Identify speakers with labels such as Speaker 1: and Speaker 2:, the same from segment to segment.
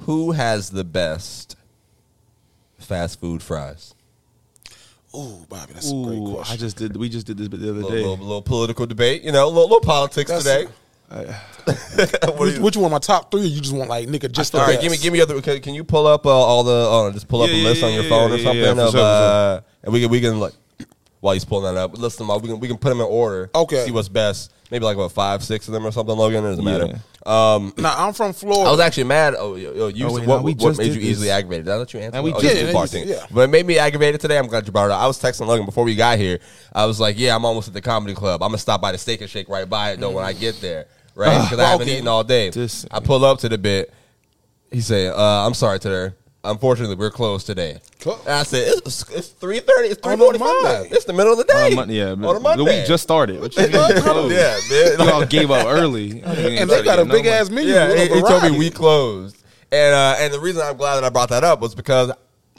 Speaker 1: Who has the best fast food fries?
Speaker 2: Ooh, Bobby, that's a great question.
Speaker 3: I just did. We just did this bit the other
Speaker 1: Little,
Speaker 3: day.
Speaker 1: little, little political debate, you know, little, little politics
Speaker 2: That's-
Speaker 1: today. What do
Speaker 2: which,
Speaker 1: you-
Speaker 2: which one? My top three? Or you just want like nigga just the
Speaker 1: all right,
Speaker 2: best?
Speaker 1: give me, give me other. Can, can you pull up uh, all the? Oh, just pull up
Speaker 3: Yeah,
Speaker 1: a
Speaker 3: yeah,
Speaker 1: list on
Speaker 3: yeah,
Speaker 1: your
Speaker 3: yeah,
Speaker 1: phone or
Speaker 3: yeah,
Speaker 1: something,
Speaker 3: yeah, for
Speaker 1: of,
Speaker 3: sure, for
Speaker 1: uh, and we can we can like while he's pulling that up. List them all. We can we can put them in order.
Speaker 2: Okay.
Speaker 1: see what's best. Maybe like what five, six of them or something. Logan, it doesn't
Speaker 3: Yeah.
Speaker 1: matter.
Speaker 2: Nah, I'm from Florida.
Speaker 1: I was actually mad. Oh, yo, yo, you,
Speaker 3: Oh, wait,
Speaker 1: what,
Speaker 3: no, we
Speaker 1: what
Speaker 3: just
Speaker 1: made
Speaker 3: did
Speaker 1: you easily
Speaker 3: this.
Speaker 1: aggravated? Did I let you answer?
Speaker 3: No, we
Speaker 1: oh,
Speaker 3: did.
Speaker 1: this is the
Speaker 2: Yeah, yeah,
Speaker 1: bar
Speaker 2: you did,
Speaker 1: thing.
Speaker 2: yeah.
Speaker 1: But it made me aggravated today. I'm glad you brought it up. I was texting Logan before we got here. I was like, yeah, I'm almost at the comedy club. I'm going to stop by the steak and shake right by it, though, when I get there. Right? Because I haven't
Speaker 2: Logan.
Speaker 1: eaten all day.
Speaker 3: Ah, This-
Speaker 1: I pull up to the bit. He said, uh, I'm sorry, Tater. Unfortunately, we're closed today.
Speaker 2: Clo-
Speaker 1: And I said, it's, it's 3.30. It's
Speaker 2: On a
Speaker 1: 3.45.
Speaker 2: Monday.
Speaker 1: It's the middle of the day.
Speaker 3: On a Mon- Oh, yeah,
Speaker 1: on a Monday.
Speaker 3: the week just started. What you mean
Speaker 1: Yeah,
Speaker 3: closed?
Speaker 1: man.
Speaker 3: You all gave up early,
Speaker 2: and they got a big ass menu.
Speaker 1: Yeah,
Speaker 2: with
Speaker 1: he,
Speaker 2: a
Speaker 1: he told me
Speaker 2: variety.
Speaker 1: we closed, and uh, and the reason I'm glad that I brought that up was because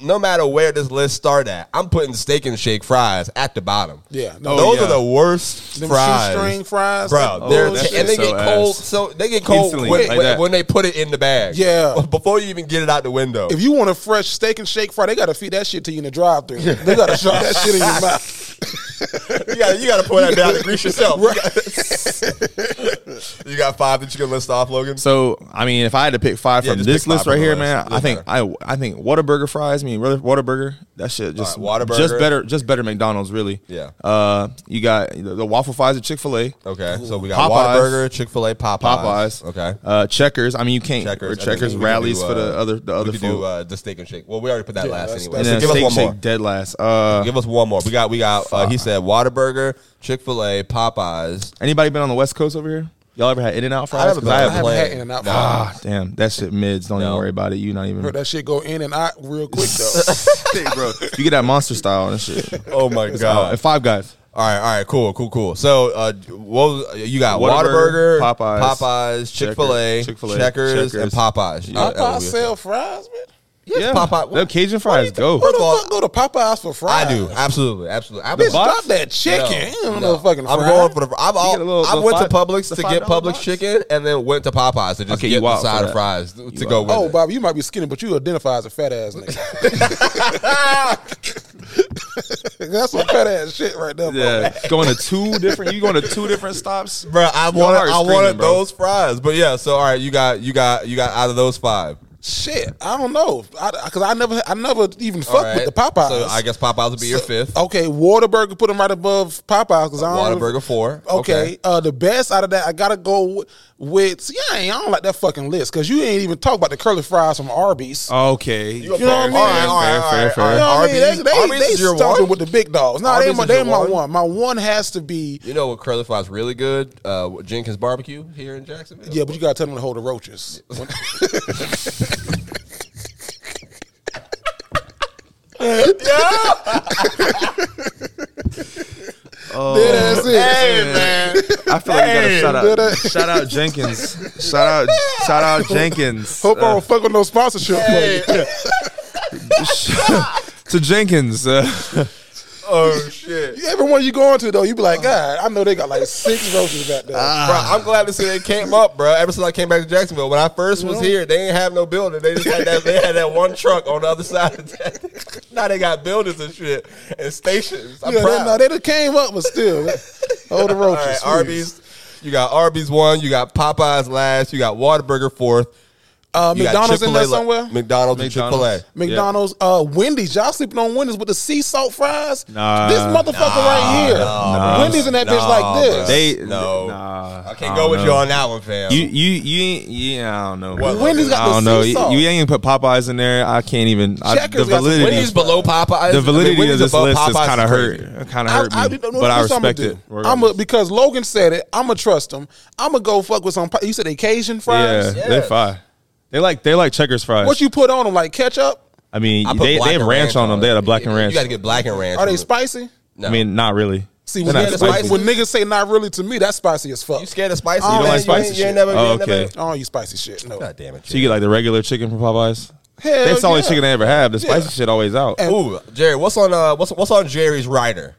Speaker 1: no matter where this list start at, I'm putting steak and shake fries at the bottom.
Speaker 2: Yeah, no,
Speaker 1: no, those
Speaker 3: yeah.
Speaker 1: are the worst
Speaker 2: Them
Speaker 1: fries.
Speaker 2: shoestring fries, Oh,
Speaker 1: bro.
Speaker 2: them
Speaker 1: they're
Speaker 2: bullshit.
Speaker 1: and they get
Speaker 3: So ass.
Speaker 1: cold, so they get cold
Speaker 3: Instantly,
Speaker 1: when,
Speaker 3: like
Speaker 1: when-
Speaker 3: that.
Speaker 1: when they put it in the bag.
Speaker 2: Yeah.
Speaker 1: before you even get it out the window.
Speaker 2: If you want a fresh steak and shake fry, they gotta feed that shit to you in the drive thru. They gotta shove that shit in your mouth.
Speaker 1: you got you got to pour that down and grease yourself. you got five that you can list off, Logan.
Speaker 3: So I mean, if I had to pick five
Speaker 1: Yeah,
Speaker 3: from
Speaker 1: just
Speaker 3: this
Speaker 1: pick five
Speaker 3: list
Speaker 1: from
Speaker 3: right
Speaker 1: the
Speaker 3: here,
Speaker 1: list.
Speaker 3: man,
Speaker 1: Doesn't
Speaker 3: I think I I think Whataburger fries. I mean, rather- Whataburger. That shit just
Speaker 1: All right, Whataburger.
Speaker 3: just better, just better McDonald's really.
Speaker 1: Yeah.
Speaker 3: Uh, you got the, the waffle fries at Chick Fil A.
Speaker 1: okay, so we got
Speaker 3: Popeyes.
Speaker 1: Whataburger, Chick Fil A, Popeyes.
Speaker 3: Popeyes.
Speaker 1: Okay.
Speaker 3: Uh, Checkers. I mean, you can't.
Speaker 1: Checkers.
Speaker 3: Checkers.
Speaker 1: I think
Speaker 3: Checkers
Speaker 1: we can
Speaker 3: rallies
Speaker 1: do,
Speaker 3: for
Speaker 1: uh,
Speaker 3: the other the other
Speaker 1: we could
Speaker 3: folk.
Speaker 1: do uh, the steak and shake. Well, we already put that
Speaker 2: Yeah,
Speaker 1: last
Speaker 2: that's-
Speaker 1: anyway.
Speaker 2: that's-
Speaker 3: and
Speaker 1: So
Speaker 3: then
Speaker 1: give us
Speaker 3: Steak
Speaker 1: one
Speaker 3: Shake
Speaker 1: more.
Speaker 3: dead last. Uh,
Speaker 1: Give us one more. We got we got. Uh, he said Waterburger, Chick Fil A, Popeyes.
Speaker 3: anybody been on the West Coast over here? Y'all ever had In and Out fries?
Speaker 1: haven't
Speaker 3: 'Cause
Speaker 1: been- I
Speaker 2: I haven't
Speaker 1: Plan.
Speaker 2: had in and out
Speaker 1: Nah.
Speaker 2: fries.
Speaker 3: Ah, damn, that shit mids. Don't
Speaker 1: No.
Speaker 3: even worry about it. You not even.
Speaker 2: Heard that shit go in and out real quick though.
Speaker 3: bro. You get that monster style and shit.
Speaker 1: Oh my
Speaker 3: Uh,
Speaker 1: god!
Speaker 3: and Five Guys.
Speaker 1: all right, all right, cool, cool, cool. So, uh, what was, you got? Waterburger,
Speaker 3: Whataburger,
Speaker 1: Popeyes,
Speaker 3: Popeyes,
Speaker 1: Chick Fil A,
Speaker 3: Checkers, Chick-fil-A,
Speaker 1: Checkers, and
Speaker 3: Checkers.
Speaker 1: Popeyes. Yeah,
Speaker 2: Popeye
Speaker 1: we-
Speaker 2: sell fries, man.
Speaker 1: Yes, Popeye-
Speaker 3: The Cajun fries go.
Speaker 2: Where the
Speaker 1: Well,
Speaker 2: fuck go to Popeyes for fries?
Speaker 1: I do absolutely, absolutely. I'm
Speaker 2: Bitch,
Speaker 3: box?
Speaker 2: stop that chicken. You don't know fucking
Speaker 1: I'm
Speaker 2: fries.
Speaker 1: going for the. I've all,
Speaker 3: get a little-
Speaker 1: I
Speaker 3: the
Speaker 1: went
Speaker 3: five-
Speaker 1: to Publix
Speaker 3: the
Speaker 1: to get
Speaker 3: $5
Speaker 1: Publix
Speaker 3: box?
Speaker 1: chicken, and then went to Popeyes to just
Speaker 3: Okay,
Speaker 1: get
Speaker 3: you
Speaker 1: the
Speaker 3: out for
Speaker 1: side of
Speaker 3: that.
Speaker 1: fries to
Speaker 3: You
Speaker 1: go
Speaker 3: out.
Speaker 1: with.
Speaker 2: Oh,
Speaker 1: it.
Speaker 2: Bobby, you might be skinny, but you identify as a fat ass nigga. That's some fat ass shit right there. bro.
Speaker 3: Yeah, going to two different. You going to two different stops,
Speaker 1: Bro, I
Speaker 3: Your
Speaker 1: wanted
Speaker 3: heart is
Speaker 1: I wanted
Speaker 3: screaming, bro.
Speaker 1: those fries. But yeah, so all right, you got you got you got out of those five.
Speaker 2: Shit, I don't know, because I, never, I never even
Speaker 1: All
Speaker 2: fucked
Speaker 1: right.
Speaker 2: with the Popeyes.
Speaker 1: So oh, um, I guess Popeyes would be your
Speaker 2: So-
Speaker 1: fifth.
Speaker 2: Okay, Waterburger put them right above Popeyes because I don't.
Speaker 1: Whataburger four.
Speaker 2: Okay, Uh, the best out of that, I gotta go wi- with. See, I, ain't, I don't like that fucking list because you ain't even talk about the curly fries from Arby's.
Speaker 3: Okay.
Speaker 1: a
Speaker 2: You know what I
Speaker 1: fair-
Speaker 2: mean?
Speaker 1: all right, all right,
Speaker 3: Fair,
Speaker 1: all
Speaker 3: fair,
Speaker 1: right,
Speaker 3: fair.
Speaker 1: all right.
Speaker 2: you know what I mean? They,
Speaker 1: Arby's,
Speaker 2: they,
Speaker 1: Arby's
Speaker 2: they
Speaker 1: is your
Speaker 2: stomping
Speaker 1: one?
Speaker 2: with the big dogs. No, they
Speaker 1: Arby's
Speaker 2: my,
Speaker 1: is
Speaker 2: they
Speaker 1: your
Speaker 2: my
Speaker 1: one?
Speaker 2: one? My one has to be.
Speaker 1: You know what curly fries really good? Uh, Jenkins barbecue here in Jacksonville.
Speaker 2: Yeah, but you gotta tell them to hold the roaches.
Speaker 1: Oh.
Speaker 2: Yeah, that's it.
Speaker 1: man.
Speaker 3: I feel like you
Speaker 2: Hey,
Speaker 3: gotta shout out,
Speaker 2: did I-
Speaker 3: shout out Jenkins, shout out, shout out Jenkins.
Speaker 2: Hope I
Speaker 3: Uh,
Speaker 2: don't fuck with no sponsorship. money.
Speaker 3: to Jenkins. Uh,
Speaker 1: Oh shit.
Speaker 2: Everyone you go into though, you be like, God, I know they got like six roaches back there.
Speaker 1: Bro, I'm glad to see they came up, bro. Ever since I came back to Jacksonville, when I first was here, they didn't have no building. They just had that. They had that one truck on the other side. Of that. now they got buildings and shit and stations. I'm
Speaker 2: yeah, they,
Speaker 1: proud.
Speaker 2: no, they done came up, but still, hold the
Speaker 1: All
Speaker 2: roaches.
Speaker 1: right,
Speaker 2: please.
Speaker 1: Arby's. You got Arby's one. You got Popeyes last. You got Whataburger fourth.
Speaker 2: uh,
Speaker 1: you got
Speaker 2: McDonald's in
Speaker 1: Chick-fil-A
Speaker 2: there
Speaker 1: la-
Speaker 2: somewhere.
Speaker 1: McDonald's and Chick Fil A.
Speaker 2: McDonald's,
Speaker 3: McDonald's.
Speaker 2: uh, Wendy's. Y'all sleeping on Wendy's with the sea salt fries?
Speaker 3: Nah.
Speaker 2: This motherfucker right here.
Speaker 1: nah,
Speaker 2: Wendy's in that bitch like this.
Speaker 3: They-
Speaker 1: no.
Speaker 3: nah,
Speaker 1: I can't
Speaker 3: I
Speaker 1: go
Speaker 3: don't
Speaker 1: with
Speaker 3: know.
Speaker 1: you on that one, fam.
Speaker 3: you, you, you, ain't, yeah, I don't know.
Speaker 1: What,
Speaker 3: man.
Speaker 2: Wendy's got
Speaker 3: I don't
Speaker 2: the
Speaker 3: know.
Speaker 2: sea
Speaker 3: You,
Speaker 2: salt.
Speaker 3: you ain't even put Popeyes in there. I can't even. I, the
Speaker 2: Checkers got some
Speaker 3: validity,
Speaker 1: Wendy's below Popeyes.
Speaker 3: the validity
Speaker 1: I mean, Wendy's
Speaker 3: of this
Speaker 1: above
Speaker 3: list is
Speaker 1: Popeyes
Speaker 3: kind of hurt.
Speaker 1: crazy.
Speaker 3: Kind of hurt me,
Speaker 2: don't know
Speaker 3: but I
Speaker 2: what I'm
Speaker 3: respect
Speaker 2: gonna
Speaker 3: it.
Speaker 2: do. I'm a,
Speaker 3: regardless.
Speaker 2: because Logan said it. I'm gonna trust him. I'm gonna go fuck with some. You said they Cajun fries.
Speaker 3: yeah, they
Speaker 1: Yes.
Speaker 3: fry. They like they like checkers fries.
Speaker 2: What you put on them? Like ketchup?
Speaker 3: I mean,
Speaker 1: I put
Speaker 3: they,
Speaker 1: black
Speaker 3: they have
Speaker 1: and
Speaker 3: ranch on them.
Speaker 1: it.
Speaker 3: They had a black and
Speaker 1: You-
Speaker 3: ranch.
Speaker 1: You got to get black and ranch.
Speaker 2: Are
Speaker 1: on
Speaker 2: they
Speaker 1: it.
Speaker 2: spicy?
Speaker 1: No.
Speaker 3: I mean, not really.
Speaker 2: See,
Speaker 3: They're
Speaker 2: when,
Speaker 3: not
Speaker 2: niggas-
Speaker 3: spicy.
Speaker 2: when niggas say not really to me, that's spicy as fuck.
Speaker 1: you scared of spicy?
Speaker 2: You don't
Speaker 1: man?
Speaker 2: like
Speaker 1: ain't-
Speaker 2: spicy
Speaker 1: You
Speaker 2: shit?
Speaker 1: ain't never. you
Speaker 3: Oh,
Speaker 1: ain't never-
Speaker 3: okay.
Speaker 2: I don't eat spicy shit. No.
Speaker 1: God damn it.
Speaker 3: So you get like the regular chicken from Popeyes.
Speaker 2: Hell
Speaker 3: That's the only
Speaker 2: yeah.
Speaker 3: chicken I ever have. The
Speaker 2: Yeah.
Speaker 3: spicy shit always out.
Speaker 2: And-
Speaker 1: Ooh, Jerry, what's on uh, what's what's on Jerry's rider?